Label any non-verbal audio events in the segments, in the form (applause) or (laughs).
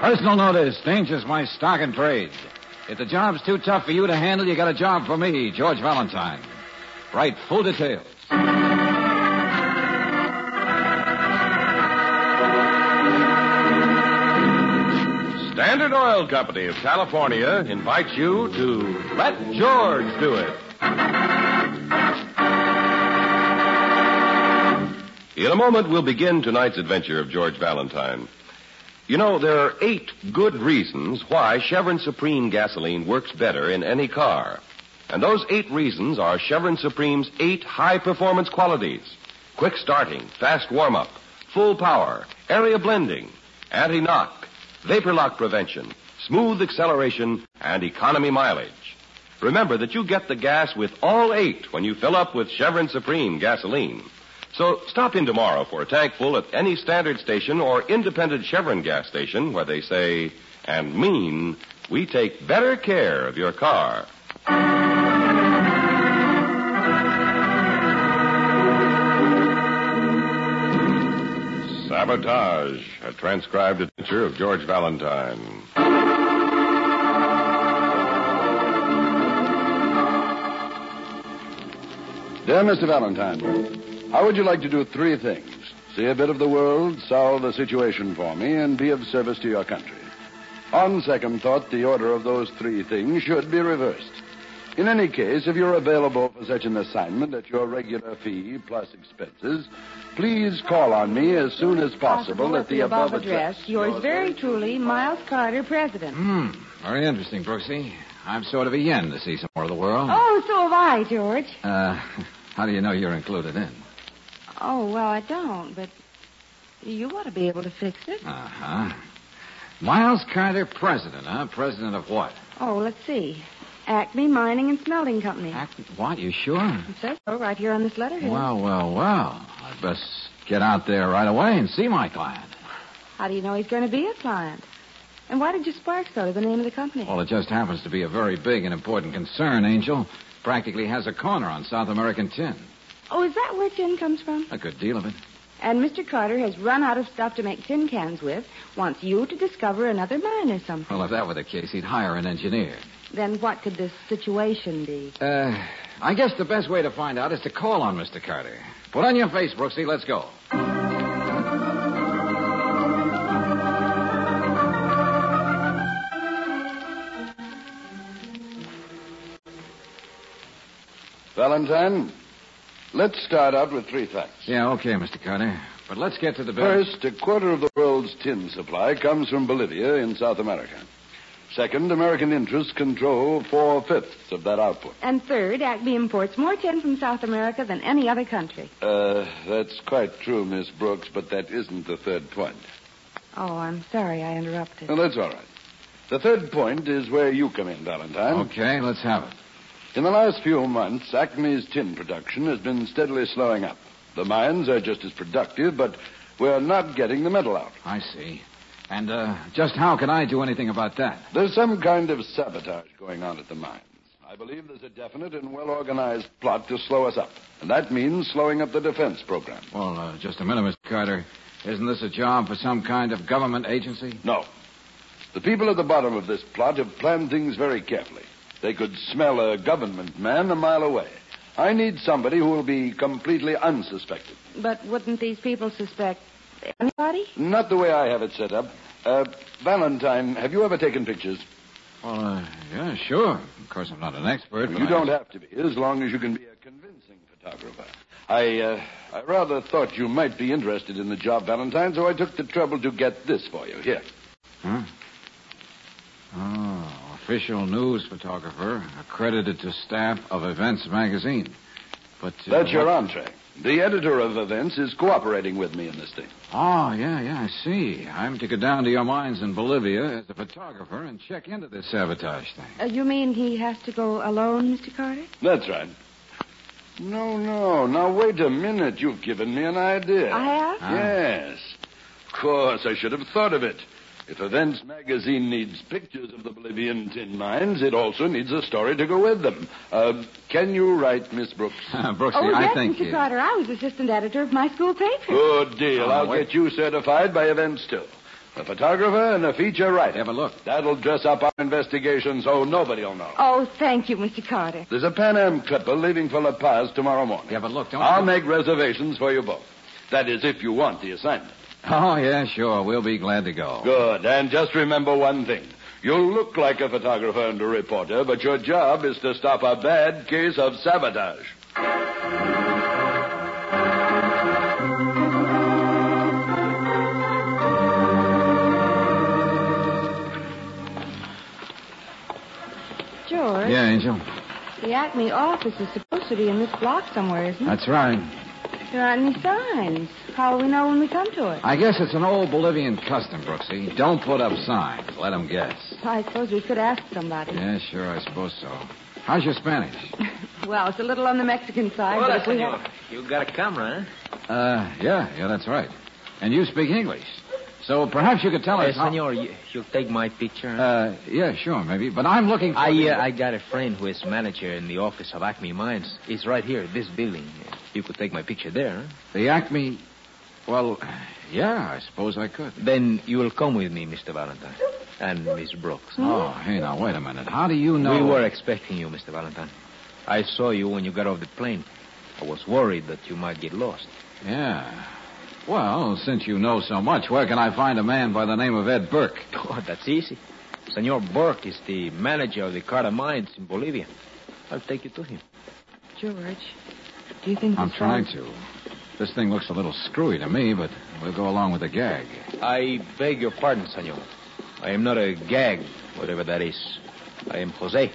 Personal notice. Danger's my stock and trade. If the job's too tough for you to handle, you got a job for me, George Valentine. Write full details. Standard Oil Company of California invites you to let George do it. In a moment, we'll begin tonight's adventure of George Valentine. You know, there are eight good reasons why Chevron Supreme gasoline works better in any car. And those eight reasons are Chevron Supreme's eight high performance qualities quick starting, fast warm up, full power, area blending, anti knock, vapor lock prevention, smooth acceleration, and economy mileage. Remember that you get the gas with all eight when you fill up with Chevron Supreme gasoline. So stop in tomorrow for a tank full at any standard station or independent Chevron gas station where they say and mean we take better care of your car. Sabotage, a transcribed adventure of George Valentine. Dear Mr. Valentine, how would you like to do three things? See a bit of the world, solve a situation for me, and be of service to your country. On second thought, the order of those three things should be reversed. In any case, if you're available for such an assignment at your regular fee plus expenses, please call on me as soon as possible at the above address. Yours very truly, Miles Carter, President. Hmm. Very interesting, Brooksy. I'm sort of a yen to see some more of the world. Oh, so have I, George. Uh, (laughs) how do you know you're included in? Oh, well, I don't, but you ought to be able to fix it. Uh huh. Miles Carter, president, huh? President of what? Oh, let's see. Acme Mining and Smelting Company. Act- what? You sure? It says so right here on this letterhead. Well, well, well. I'd best get out there right away and see my client. How do you know he's going to be a client? And why did you spark so to the name of the company? Well, it just happens to be a very big and important concern, Angel. Practically has a corner on South American tin. Oh, is that where tin comes from? A good deal of it. And Mr. Carter has run out of stuff to make tin cans with, wants you to discover another mine or something. Well, if that were the case, he'd hire an engineer. Then what could this situation be? Uh, I guess the best way to find out is to call on Mr. Carter. Put on your face, Brooksy. Let's go. Valentine, let's start out with three facts. Yeah, okay, Mr. Carter. But let's get to the business. First, a quarter of the world's tin supply comes from Bolivia in South America. Second, American interests control four fifths of that output. And third, Acme imports more tin from South America than any other country. Uh, that's quite true, Miss Brooks, but that isn't the third point. Oh, I'm sorry I interrupted. Well, that's all right. The third point is where you come in, Valentine. Okay, let's have it. In the last few months, Acme's tin production has been steadily slowing up. The mines are just as productive, but we're not getting the metal out. I see. And uh, just how can I do anything about that? There's some kind of sabotage going on at the mines. I believe there's a definite and well organized plot to slow us up, and that means slowing up the defense program. Well, uh, just a minute, Mr. Carter. Isn't this a job for some kind of government agency? No. The people at the bottom of this plot have planned things very carefully. They could smell a government man a mile away. I need somebody who will be completely unsuspected. But wouldn't these people suspect anybody? Not the way I have it set up. Uh, Valentine, have you ever taken pictures? Well, uh, yeah, sure. Of course, I'm not an expert. but You I- don't have to be, as long as you can be a convincing photographer. I, uh, I rather thought you might be interested in the job, Valentine, so I took the trouble to get this for you. Here. Huh? Oh, official news photographer accredited to staff of Events Magazine. But uh, That's your what- entree. The editor of events is cooperating with me in this thing. Oh, yeah, yeah, I see. I'm to go down to your mines in Bolivia as a photographer and check into this sabotage thing. (laughs) Uh, you mean he has to go alone, Mr. Carter? That's right. No, no. Now, wait a minute. You've given me an idea. I have? Ah. Yes. Of course, I should have thought of it. If Events magazine needs pictures of the Bolivian tin mines, it also needs a story to go with them. Uh, can you write, Miss Brooks? Uh, Brooksy, oh, I yes, think Mr. you. Carter. I was assistant editor of my school paper. Good deal. Oh, I'll wait. get you certified by Events, too. A photographer and a feature writer. Have a look. That'll dress up our investigation so nobody'll know. Oh, thank you, Mr. Carter. There's a Pan Am clipper leaving for La Paz tomorrow morning. Have a look. Don't I'll you- make reservations for you both. That is, if you want the assignment. Oh, yeah, sure. We'll be glad to go. Good. And just remember one thing. You'll look like a photographer and a reporter, but your job is to stop a bad case of sabotage. George, Yeah, Angel. the Acme office is supposed to be in this block somewhere, isn't it? That's right. There aren't any signs. How will we know when we come to it? I guess it's an old Bolivian custom, Brooksy. Don't put up signs. Let 'em guess. I suppose we could ask somebody. Yeah, sure, I suppose so. How's your Spanish? Well, it's a little on the Mexican side, but if we have... You got a camera, eh? Uh, yeah, yeah, that's right. And you speak English. So perhaps you could tell huh? us. how- Eh, senor, you, you take my picture. huh? Uh, yeah, sure, maybe. But I'm looking for. I the- uh, I got a friend who is manager in the office of Acme Mines. He's right here, this building. You could take my picture there. huh? The Acme. Well, yeah, I suppose I could. Then you will come with me, Mr. Valentine, and Miss Brooks. Oh, hey, now wait a minute. How do you know? Hmm? We were expecting you, Mr. Valentine. I saw you when you got off the plane. I was worried that you might get lost. (laughs) Yeah. Well, since you know so much, where can I find a man by the name of Ed Burke? Oh, that's easy. Senor Burke is the manager of the Carter Mines in Bolivia. I'll take you to him. George, do you think... I'm the trying signs- to. This thing looks a little screwy to me, but we'll go along with the gag. I beg your pardon, senor. I am not a gag, whatever that is. I am Jose.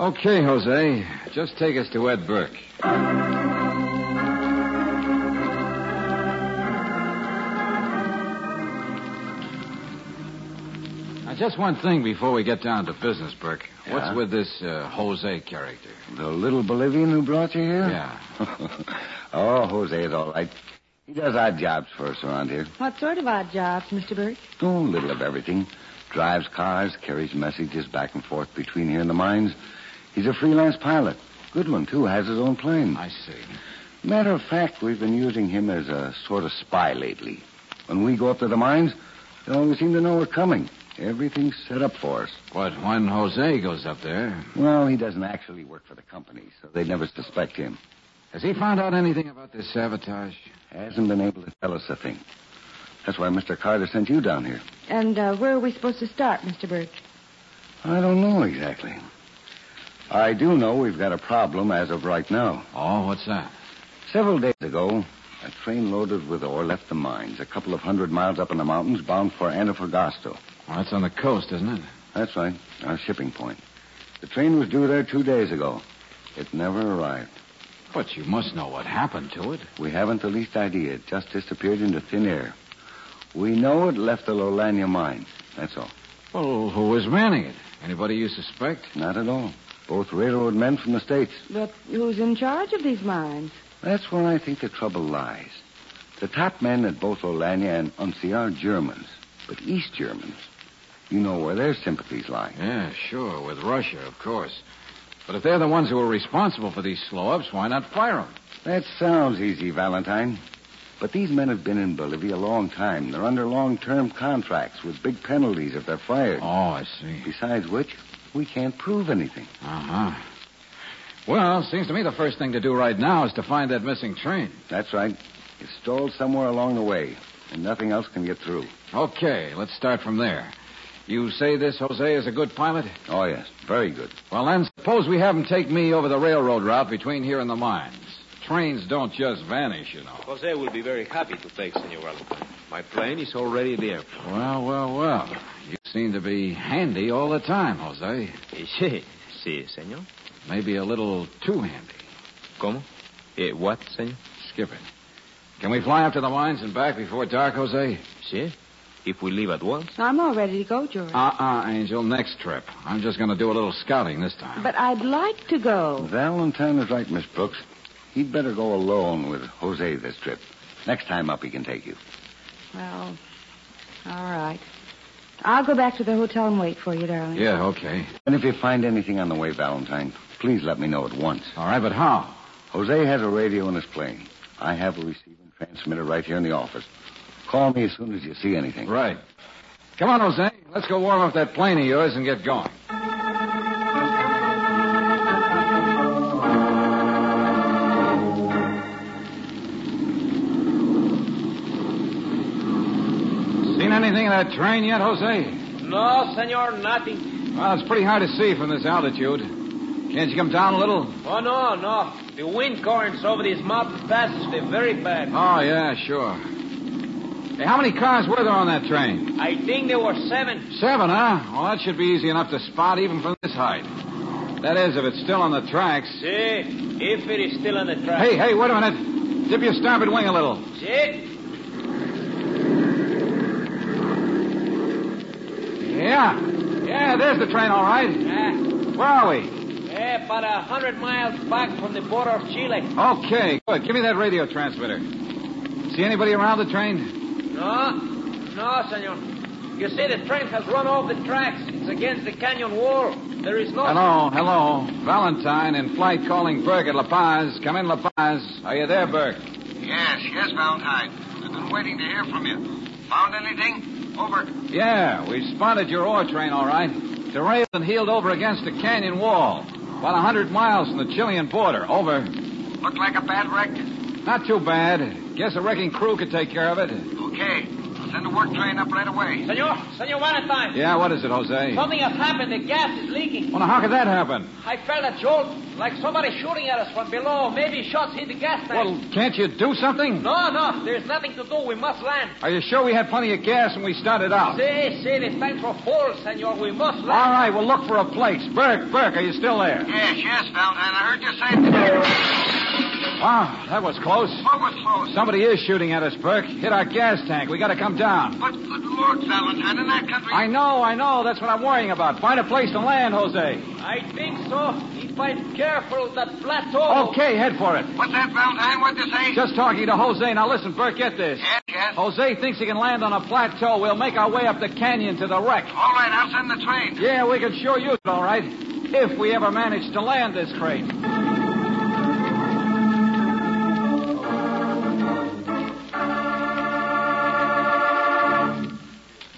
Okay, Jose. Just take us to Ed Burke. Now, just one thing before we get down to business, Burke. Yeah? What's with this uh, Jose character? The little Bolivian who brought you here? Yeah. (laughs) oh, Jose is all right. He does odd jobs for us around here. What sort of odd jobs, Mr. Burke? Oh, a little of everything. Drives cars, carries messages back and forth between here and the mines. He's a freelance pilot. Good one, too. Has his own plane. I see. Matter of fact, we've been using him as a sort of spy lately. When we go up to the mines, they always seem to know we're coming. Everything's set up for us. But when Jose goes up there, Well, he doesn't actually work for the company, so they'd never suspect him. has he found out anything about this sabotage? Hasn't been able to tell us a thing. That's why Mr. Carter sent you down here. And uh, where are we supposed to start, Mr. Burke? I don't know exactly. I do know we've got a problem as of right now. Oh, what's that? Several days ago, a train loaded with ore left the mines a couple of hundred miles up in the mountains bound for Antofagasta. Well, that's on the coast, isn't it? That's right, our shipping point. The train was due there two days ago. It never arrived. But you must know what happened to it. We haven't the least idea. It just disappeared into thin air. We know it left the Lolania mine. That's all. Well, who was manning it? Anybody you suspect? Not at all. Both railroad men from the States. But who's in charge of these mines? That's where I think the trouble lies. The top men at both Olania and Unsi are Germans, but East Germans. You know where their sympathies lie. Yeah, sure, with Russia, of course. But if they're the ones who are responsible for these slow-ups, why not fire them? That sounds easy, Valentine. But these men have been in Bolivia a long time. They're under long term contracts with big penalties if they're fired. Oh, I see. Besides which, we can't prove anything. Uh-huh. Well, seems to me the first thing to do right now is to find that missing train. That's right. It's stalled somewhere along the way, and nothing else can get through. Okay, let's start from there. You say this Jose is a good pilot? Oh, yes. Very good. Well, then, suppose we have him take me over the railroad route between here and the mines. Trains don't just vanish, you know. Jose will be very happy to take Senor Valentine. My plane is already (laughs) there. Well, well, well. You seem to be handy all the time, Jose. Si, si, senor. Maybe a little too handy. ¿Cómo? Eh, what, senor? Skip it. Can we fly up to the mines and back before dark, Jose? Si. If we leave at once. I'm all ready to go, George. Uh-uh, Angel. Next trip. I'm just going to do a little scouting this time. But I'd like to go. Valentine is right, Miss Brooks. He'd better go alone with Jose this trip. Next time up, he can take you. Well, all right. I'll go back to the hotel and wait for you, darling. Yeah, okay. And if you find anything on the way, Valentine, please let me know at once. All right, but how? Jose has a radio in his plane. I have a receiving transmitter right here in the office. Call me as soon as you see anything. Right. Come on, Jose. Let's go warm up that plane of yours and get going. Seen anything of that train yet, Jose? No, senor, nothing. Well, it's pretty hard to see from this altitude. Can't you come down a little? Oh, no, no. The wind currents over these mountain passes, they're very bad. Oh, yeah, sure. Hey, how many cars were there on that train? I think there were seven. Seven, huh? Well, that should be easy enough to spot even from this height. That is, if it's still on the tracks. See, if it is still on the track. Hey, hey, wait a minute. Dip your starboard wing a little. See? Yeah. Yeah, there's the train, all right. Ah, Where are we? eh, about a hundred miles back from the border of Chile. Okay, good. Give me that radio transmitter. See anybody around the train? No, no, senor. You see, the train has run off the tracks. It's against the canyon wall. There is no... Hello, hello. Valentine in flight calling Burke at La Paz. Come in, La Paz. Are you there, Burke? Yes, yes, Valentine. I've been waiting to hear from you. Found anything? Over. Yeah, we spotted your ore train, all right. Derailed and heeled over against a canyon wall. About a hundred miles from the Chilean border. Over. Looked like a bad wreck. Not too bad. Guess a wrecking crew could take care of it. Okay. I'll send a work train up right away. Senor, senor Valentine. Yeah, what is it, Jose? Well, Something has happened. The gas is leaking. now, how could that happen? I felt a jolt, like somebody shooting at us from below. Maybe shots hit the gas tank. Well, can't you do something? No, no, there's nothing to do. We must land. Are you sure we had plenty of gas when we started out? Say, say, the tanks are full, senor. We must All land. right, well, look for a place. Burke, Burke, are you still there? Yes, yes, Valentine. I heard you say. Wow, Ah, that was close. What was close? Somebody is shooting at us, Burke. Hit our gas tank. We gotta come down. But good Lord, Valentine, in that country. I know, I know. That's what I'm worrying about. Find a place to land, Jose. I think so. If I'm careful, that plateau. Okay, head for it. What's that, Valentine? What'd you say? Just talking to Jose. Now listen, Burke, get this. Yes, yes. Jose thinks he can land on a plateau. We'll make our way up the canyon to the wreck. All right, I'll send the train. Yeah, we can sure use it, all right. If we ever manage to land this crate.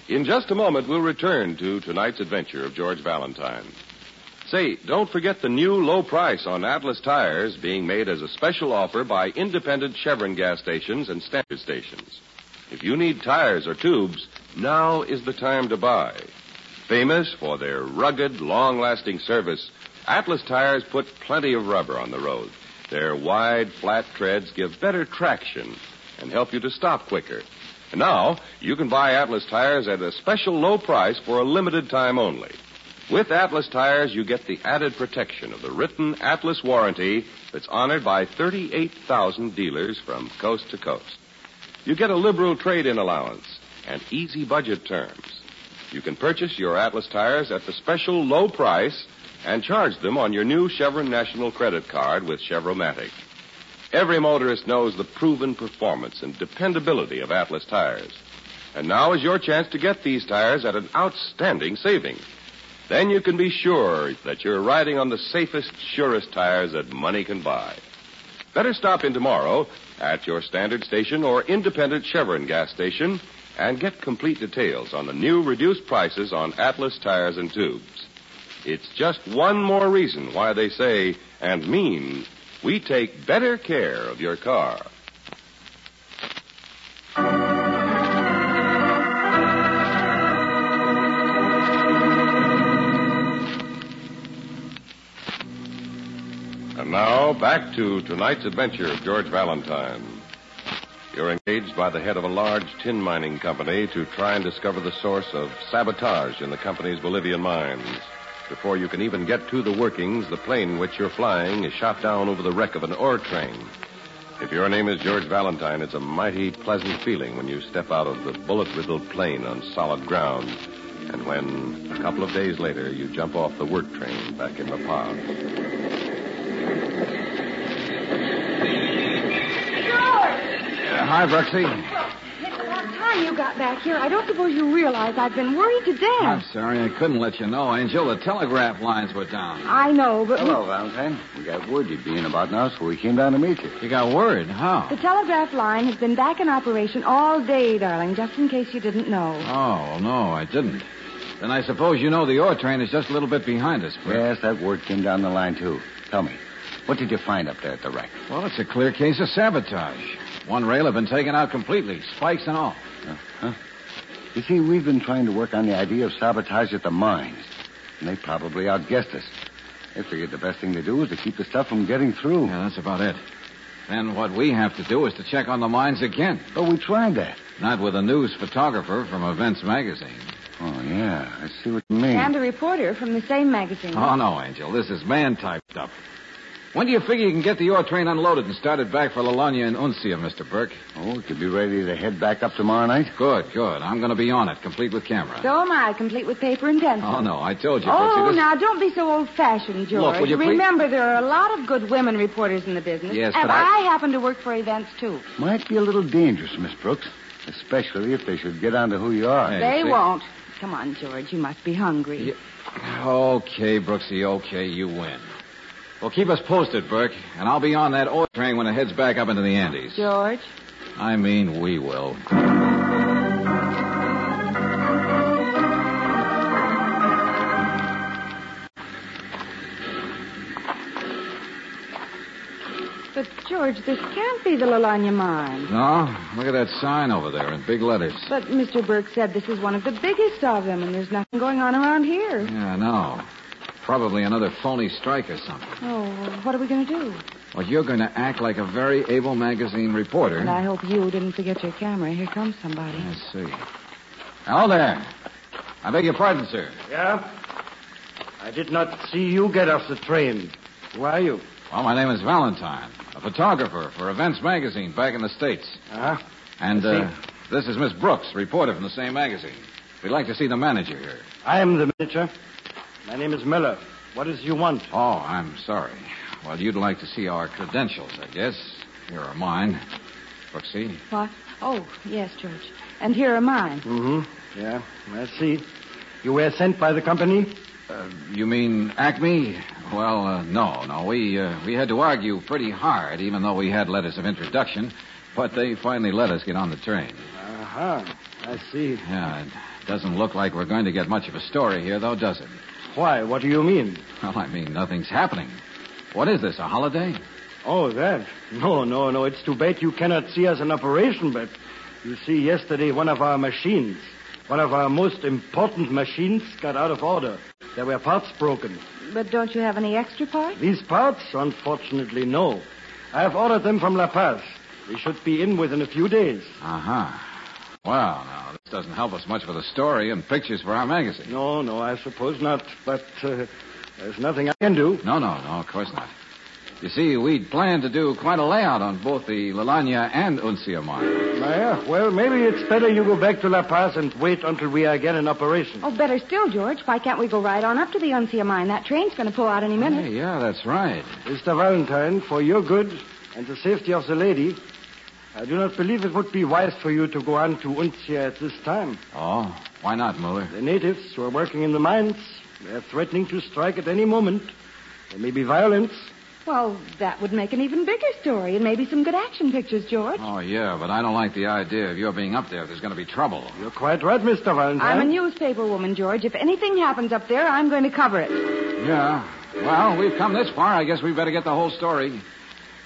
In just a moment, we'll return to tonight's adventure of George Valentine. Say, don't forget the new low price on Atlas tires being made as a special offer by independent Chevron gas stations and standard stations. If you need tires or tubes, now is the time to buy. Famous for their rugged, long lasting service, Atlas tires put plenty of rubber on the road. Their wide, flat treads give better traction and help you to stop quicker. And now, you can buy Atlas tires at a special low price for a limited time only. With Atlas tires, you get the added protection of the written Atlas warranty that's honored by 38,000 dealers from coast to coast. You get a liberal trade in allowance and easy budget terms. You can purchase your Atlas tires at the special low price and charge them on your new Chevron National Credit Card with Chevromatic. Every motorist knows the proven performance and dependability of Atlas tires. And now is your chance to get these tires at an outstanding saving. Then you can be sure that you're riding on the safest, surest tires that money can buy. Better stop in tomorrow at your standard station or independent Chevron gas station and get complete details on the new reduced prices on Atlas tires and tubes. It's just one more reason why they say and mean we take better care of your car. And now, back to tonight's adventure of George Valentine. You're engaged by the head of a large tin mining company to try and discover the source of sabotage in the company's Bolivian mines. Before you can even get to the workings, the plane which you're flying is shot down over the wreck of an ore train. If your name is George Valentine, it's a mighty pleasant feeling when you step out of the bullet riddled plane on solid ground. And when, a couple of days later, you jump off the work train back in La Paz. George! Uh, hi, Brooksy. It's about time you got back here, I don't suppose you realize I've been worried to I'm death. sorry I couldn't let you know, Angel. The telegraph lines were down. I know, but we- Hello, Valentine. We got word you'd be in about an hour, so we came down to meet you. You got worried, how? the telegraph line has been back in operation all day, darling, just in case you didn't know. Oh, no, I didn't. Then I suppose you know the ore train is just a little bit behind us, Fred. Yes, that word came down the line, too. Tell me, what did you find up there at the wreck? Well, it's a clear case of sabotage. One rail had been taken out completely, spikes and all. Huh? You see, we've been trying to work on the idea of sabotage at the mines, and they probably outguessed us. They figured the best thing to do was to keep the stuff from getting through. Yeah, that's about it. Then what we have to do is to check on the mines again. But we tried that. Not with a news photographer from Events Magazine. Oh, yeah, I see what you mean. And a reporter from the same magazine. Oh, no, Angel. This is man typed up. When do you figure you can get the ore train unloaded and started back for Lalonia and Uncia, Mr. Burke? Oh, we could be ready to head back up tomorrow night. Good, good. I'm going to be on it, complete with camera. So am I, complete with paper and pencil. Oh, no, I told you. but you Oh, just- now don't be so old-fashioned, George. Look, will you please- Remember, there are a lot of good women reporters in the business. Yes, and but I- happen to work for events too. Might be a little dangerous, Miss Brooks, especially if they should get onto who you are. Hey, they see- won't. Come on, George. You must be hungry. Yeah. Okay, Brooksy, okay, you win. Well, keep us posted, Burke, and I'll be on that ore train when it heads back up into the Andes. George. I mean, we will. But George, this can't be the Lalanya mine. No? Look at that sign over there in big letters. But Mr. Burke said this is one of the biggest of them, and there's nothing going on around here. Yeah, I know. Probably another phony strike or something. Oh, well, what are we going to do? Well, you're going to act like a very able magazine reporter. And I hope you didn't forget your camera. Here comes somebody. Let's see. Hello there. I beg your pardon, sir. Yeah? I did not see you get off the train. Who are you? Well, my name is Valentine, a photographer for Events Magazine back in the States. Huh? And I see. uh, this is Miss Brooks, reporter from the same magazine. We'd like to see the manager here. I am the manager. My name is Miller. What is you want? Oh, I'm sorry. Well, you'd like to see our credentials, I guess. Here are mine. Brooksy. What? Oh, yes, George. And here are mine. Mm-hmm. Yeah, I see. You were sent by the company? Uh, you mean Acme? Well, uh, no, no. We uh, we had to argue pretty hard, even though we had letters of introduction. But they finally let us get on the train. Uh-huh. I see. Yeah, it doesn't look like we're going to get much of a story here, though, does it? Why? What do you mean? Well, I mean, nothing's happening. What is this, a holiday? Oh, that. No, no, no. It's too bad you cannot see us in operation, but you see, yesterday one of our machines, one of our most important machines, got out of order. There were parts broken. But don't you have any extra parts? These parts, unfortunately, no. I have ordered them from La Paz. They should be in within a few days. Uh huh. Well, now, this doesn't help us much with a story and pictures for our magazine. No, no, I suppose not. But uh, there's nothing I can do. No, no, no, of course not. You see, we'd planned to do quite a layout on both the Lalania and Uncia mine. Yeah, well, maybe it's better you go back to La Paz and wait until we are again in operation. Oh, better still, George. Why can't we go right on up to the Uncia mine? That train's going to pull out any minute. Hey, yeah, that's right. Mr. Valentine, for your good and the safety of the lady, I do not believe it would be wise for you to go on to Uncia at this time. Oh, why not, Muller? The natives who are working in the mines, they are threatening to strike at any moment. There may be violence. Well, that would make an even bigger story and maybe some good action pictures, George. Oh, yeah, but I don't like the idea of your being up there if there's going to be trouble. You're quite right, Mr. Valentine. I'm a newspaper woman, George. If anything happens up there, I'm going to cover it. Yeah. Well, we've come this far. I guess we better get the whole story.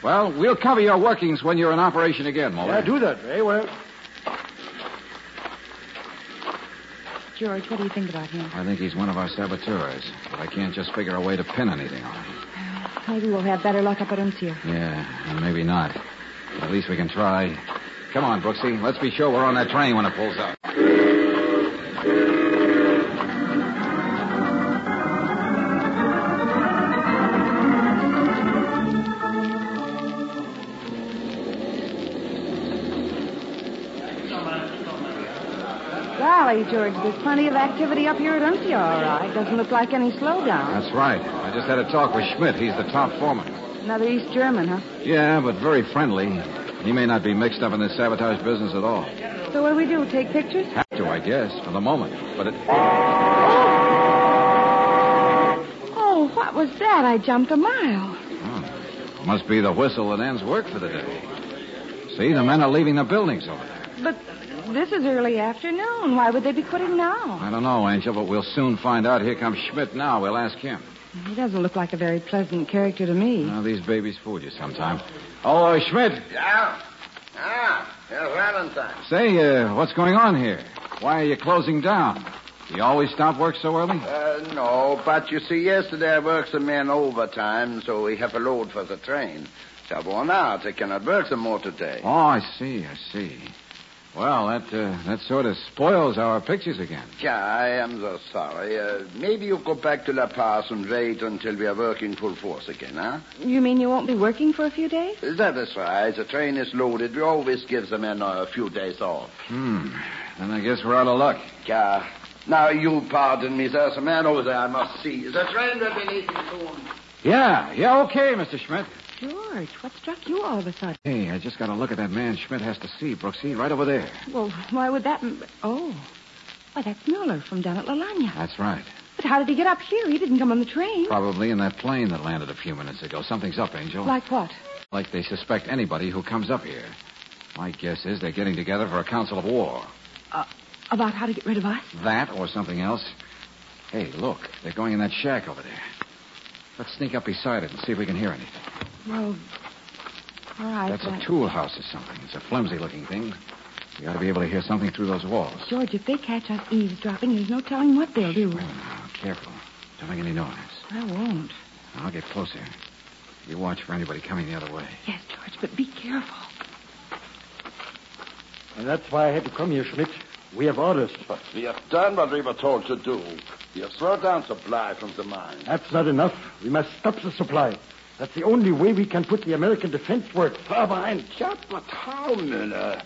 Well, we'll cover your workings when you're in operation again, Muller. Yeah, do that. Very well. George, what do you think about him? I think he's one of our saboteurs, but I can't just figure a way to pin anything on him. Maybe we'll have better luck up at Uncia. Yeah, and maybe not. But at least we can try. Come on, Brooksy. Let's be sure we're on that train when it pulls up. Golly, George, there's plenty of activity up here at Uncia, all right. Doesn't look like any slowdown. That's right. I just had a talk with Schmidt. He's the top foreman. Another East German, huh? Yeah, but very friendly. He may not be mixed up in this sabotage business at all. So what do we do? Take pictures? Have to, I guess, for the moment. But it. Oh, what was that? I jumped a mile. Oh, must be the whistle that ends work for the day. See, the men are leaving the buildings over there. But this is early afternoon. Why would they be quitting now? I don't know, Angel, but we'll soon find out. Here comes Schmidt now. We'll ask him. He doesn't look like a very pleasant character to me. Now, these babies fool you sometime. Oh, uh, Schmidt, Yeah? Ah, Herr Valentine. say, uh, what's going on here? Why are you closing down? Do you always stop work so early? Uh, no, but you see, yesterday I worked some men overtime, so we have a load for the train. They are worn out. They cannot work some more today. Oh, I see, I see. Well, that uh, that sort of spoils our pictures again. Yeah, I am so sorry. Uh, maybe you go back to La Paz and wait until we are working full force again, huh? You mean you won't be working for a few days? That is right. The train is loaded. We always give the men uh, a few days off. Hmm. Then I guess we're out of luck. Yeah. Now, you pardon me. There's a man over there I must see. The train will be leaving soon. Yeah, yeah, okay, Mr. Schmidt. George, what struck you all of a sudden? Hey, I just got to look at that man Schmidt has to see, Brooksy, right over there. Well, why would that... m- Oh. Why, that's Mueller from down at Lalagna. That's right. But how did he get up here? He didn't come on the train. Probably in that plane that landed a few minutes ago. Something's up, Angel. Like what? Like they suspect anybody who comes up here. My guess is they're getting together for a council of war. About how to get rid of us? That or something else. Hey, look, they're going in that shack over there. Let's sneak up beside it and see if we can hear anything. Well, all right. That's but- a tool house or something. It's a flimsy looking thing. You ought to be able to hear something through those walls. George, if they catch us eavesdropping, there's no telling what they'll do. Wait a minute now. Careful. Don't make any noise. I won't. I'll get closer. You watch for anybody coming the other way. Yes, George, but be careful. And that's why I had to come here, Schmidt. We have orders. But we have done what we were told to do. We have slowed down supply from the mine. That's not enough. We must stop the supply. That's the only way we can put the American defense work far behind. Yeah, but how, Müller?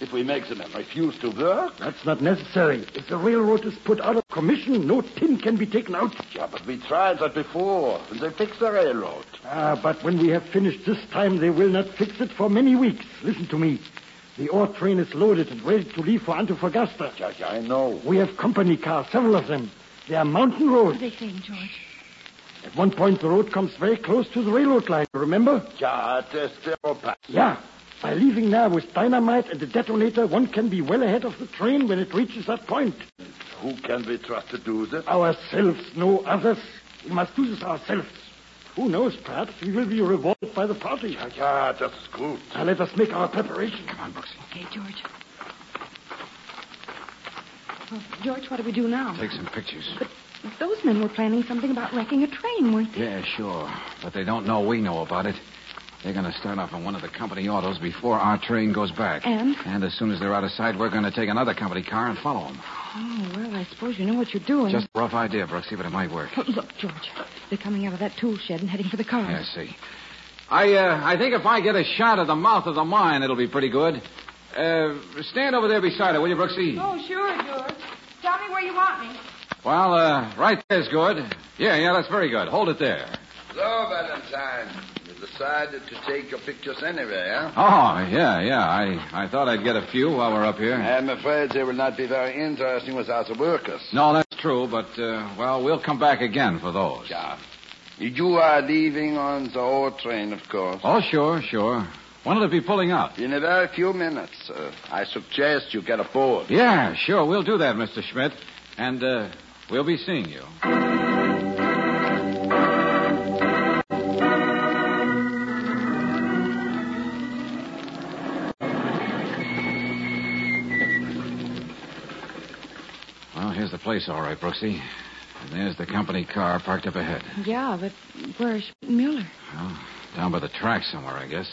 If we make the men refuse to work? That's not necessary. If the railroad is put out of commission, no tin can be taken out. Yeah, but we tried that before, and they fixed the railroad. Ah, but when we have finished this time, they will not fix it for many weeks. Listen to me. The ore train is loaded and ready to leave for Antofagasta. Yeah, yeah, I know. We have company cars, several of them. They are mountain What are roads. they saying, George? At one point, the road comes very close to the railroad line, remember? Yeah, it is still packed. Yeah. By leaving now with dynamite and a detonator, one can be well ahead of the train when it reaches that point. Who can we trust to do this? Ourselves, no others. We must do this ourselves. Who knows, perhaps we will be rewarded by the party. Yeah, yeah, das ist gut. Now let us make our preparations. Come on, Brooksy. Okay, George. Well, George, what do we do now? Take some pictures. Those men were planning something about wrecking a train, weren't they? Yeah, sure. But they don't know we know about it. They're going to start off in one of the company autos before our train goes back. And? And as soon as they're out of sight, we're going to take another company car and follow them. Oh, well, I suppose you know what you're doing. Just a rough idea, Brooksy, but it might work. But look, George, they're coming out of that tool shed and heading for the cars. Yeah, I see. I, uh, I think if I get a shot at the mouth of the mine, it'll be pretty good. Uh, stand over there beside her, will you, Brooksy? Oh, sure, George. Tell me where you want me. Well, uh, right there's good. Yeah, yeah, that's very good. Hold it there. So, Valentine, you decided to take your pictures anyway, huh? Oh, yeah, yeah. I, I thought I'd get a few while we're up here. I'm afraid they will not be very interesting without the workers. No, that's true, but, uh, well, we'll come back again for those. Yeah. You are leaving on the old train, of course. Oh, sure, sure. When'll it be pulling up? In a very few minutes. Uh, I suggest you get aboard. Yeah, sure. We'll do that, Mr. Schmidt. And, uh, we'll be seeing you. Well, here's the place, all right, Brooksy. And there's the company car parked up ahead. Yeah, but where's Mueller? Well, down by the track somewhere, I guess.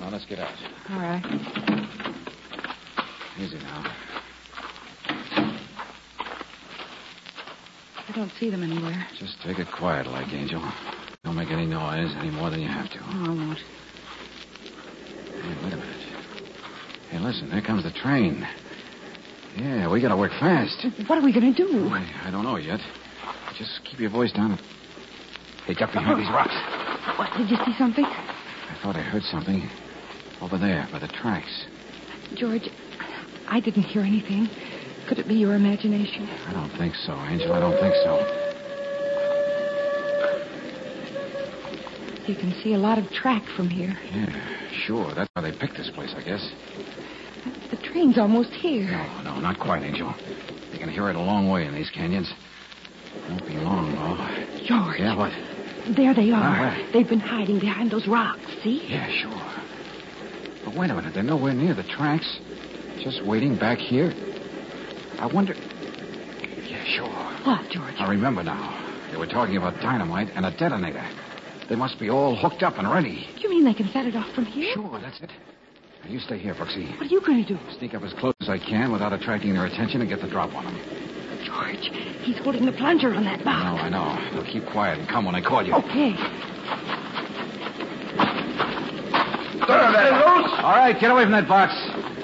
Well, let's get out. All right. Easy now. I don't see them anywhere. Just take it quiet like, Angel. Don't make any noise any more than you have to. Oh, I won't. Hey, wait a minute. Hey, listen, there comes the train. Yeah, we gotta work fast. What are we going to do? I, I don't know yet. Just keep your voice down. Hey, duck behind these rocks. What, did you see something? I thought I heard something over there by the tracks. George, I didn't hear anything. Could it be your imagination? I don't think so, Angel. I don't think so. You can see a lot of track from here. Yeah, sure. That's how they picked this place, I guess. The train's almost here. No, no, not quite, Angel. They can hear it a long way in these canyons. Won't be long, though. George. Yeah, what? There they are. Ah, where? They've been hiding behind those rocks, see? Yeah, sure. But wait a minute. They're nowhere near the tracks. Just waiting back here. I wonder. Yeah, sure. What, George? I remember now. They were talking about dynamite and a detonator. They must be all hooked up and ready. Do you mean they can set it off from here? Sure, that's it. Now, you stay here, Brooksy. What are you going to do? Sneak up as close as I can without attracting their attention and get the drop on them. George, he's holding the plunger on that box. I know, I know. Now keep quiet and come when I call you. Okay. All right, get away from that box.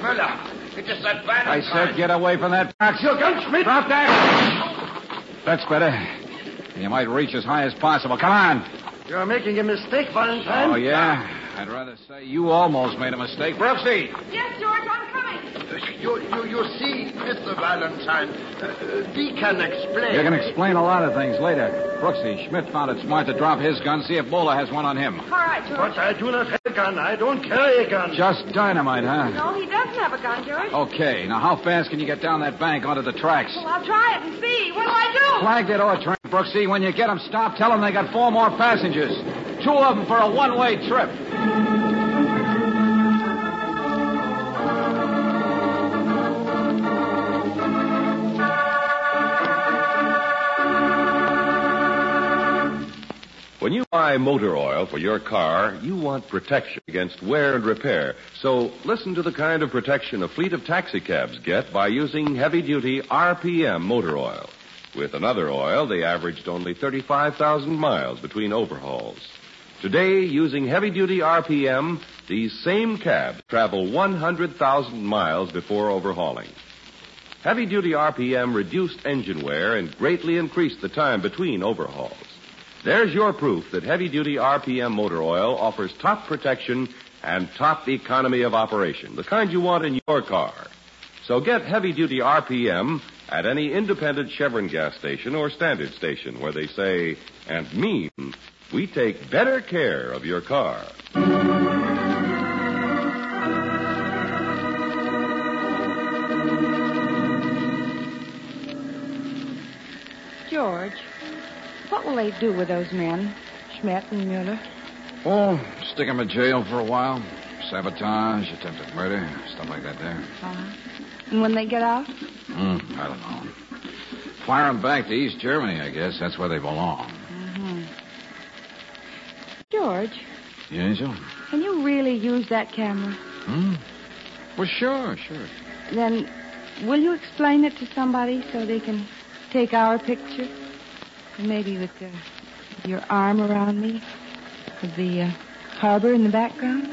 Murder. It is that van. I said get away from that box. You Schmidt. Drop that. That's better. And You might reach as high as possible. Come on. You're making a mistake, Valentine. Oh, yeah? I'd rather say you almost made a mistake. Brooksy! Yes, George, I'm coming. You, you, you see, Mr. Valentine, uh, we can explain. You can explain a lot of things later. Brooksy, Schmidt found it smart to drop his gun, see if Bola has one on him. All right, George. But I do not have a gun. I don't carry a gun. Just dynamite, huh? No, he doesn't have a gun, George. Okay, now how fast can you get down that bank onto the tracks? Well, I'll try it and see. What'll I do? Flag that ore oh, train, Brooksy. When you get 'em stopped, tell 'em they got four more passengers. Two of 'em for a one-way trip. When you buy motor oil for your car, you want protection against wear and repair. So listen to the kind of protection a fleet of taxicabs get by using heavy duty RPM motor oil. With another oil, they averaged only 35,000 miles between overhauls. Today, using heavy duty RPM, these same cabs travel 100,000 miles before overhauling. Heavy duty RPM reduced engine wear and greatly increased the time between overhauls. There's your proof that heavy duty RPM motor oil offers top protection and top economy of operation, the kind you want in your car. So get heavy duty RPM at any independent Chevron gas station or standard station where they say and mean we take better care of your car. George, what will they do with those men, Schmidt and Mueller? Oh, stick 'em in jail for a while. Sabotage, attempted murder, stuff like that there. Um, And when they get out? Mm, I don't know. Fire 'em back to East Germany, I guess. That's where they belong. George, You, Angel? can you really use that camera? Hmm? Well, sure, sure. Then will you explain it to somebody so they can take our picture? Maybe with uh, your arm around me, with the uh, harbor in the background?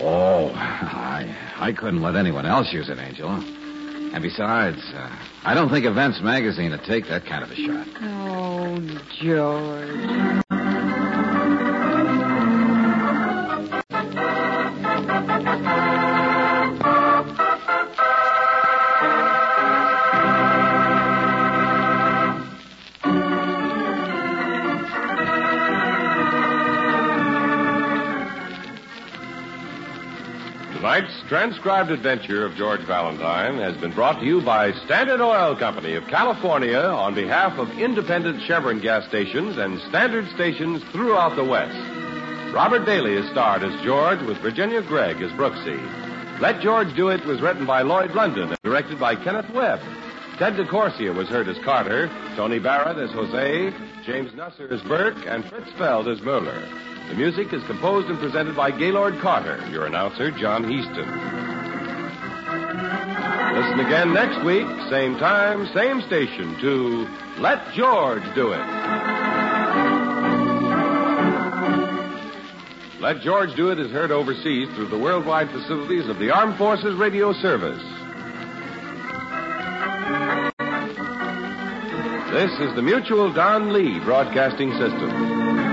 Oh, I, I couldn't let anyone else use it, Angel. And besides, uh, I don't think Events Magazine would take that kind of a shot. Oh, George. Tonight's transcribed adventure of George Valentine has been brought to you by Standard Oil Company of California on behalf of independent Chevron gas stations and standard stations throughout the West. Robert Daly is starred as George with Virginia Gregg as Brooksy. Let George Do It was written by Lloyd London and directed by Kenneth Webb. Ted DeCorsia was heard as Carter, Tony Barrett as Jose, James Nusser as Burke, and Fritz Feld as Mueller. The music is composed and presented by Gaylord Carter, your announcer, John Heaston. Listen again next week, same time, same station, to Let George Do It. Let George Do It is heard overseas through the worldwide facilities of the Armed Forces Radio Service. This is the Mutual Don Lee Broadcasting System.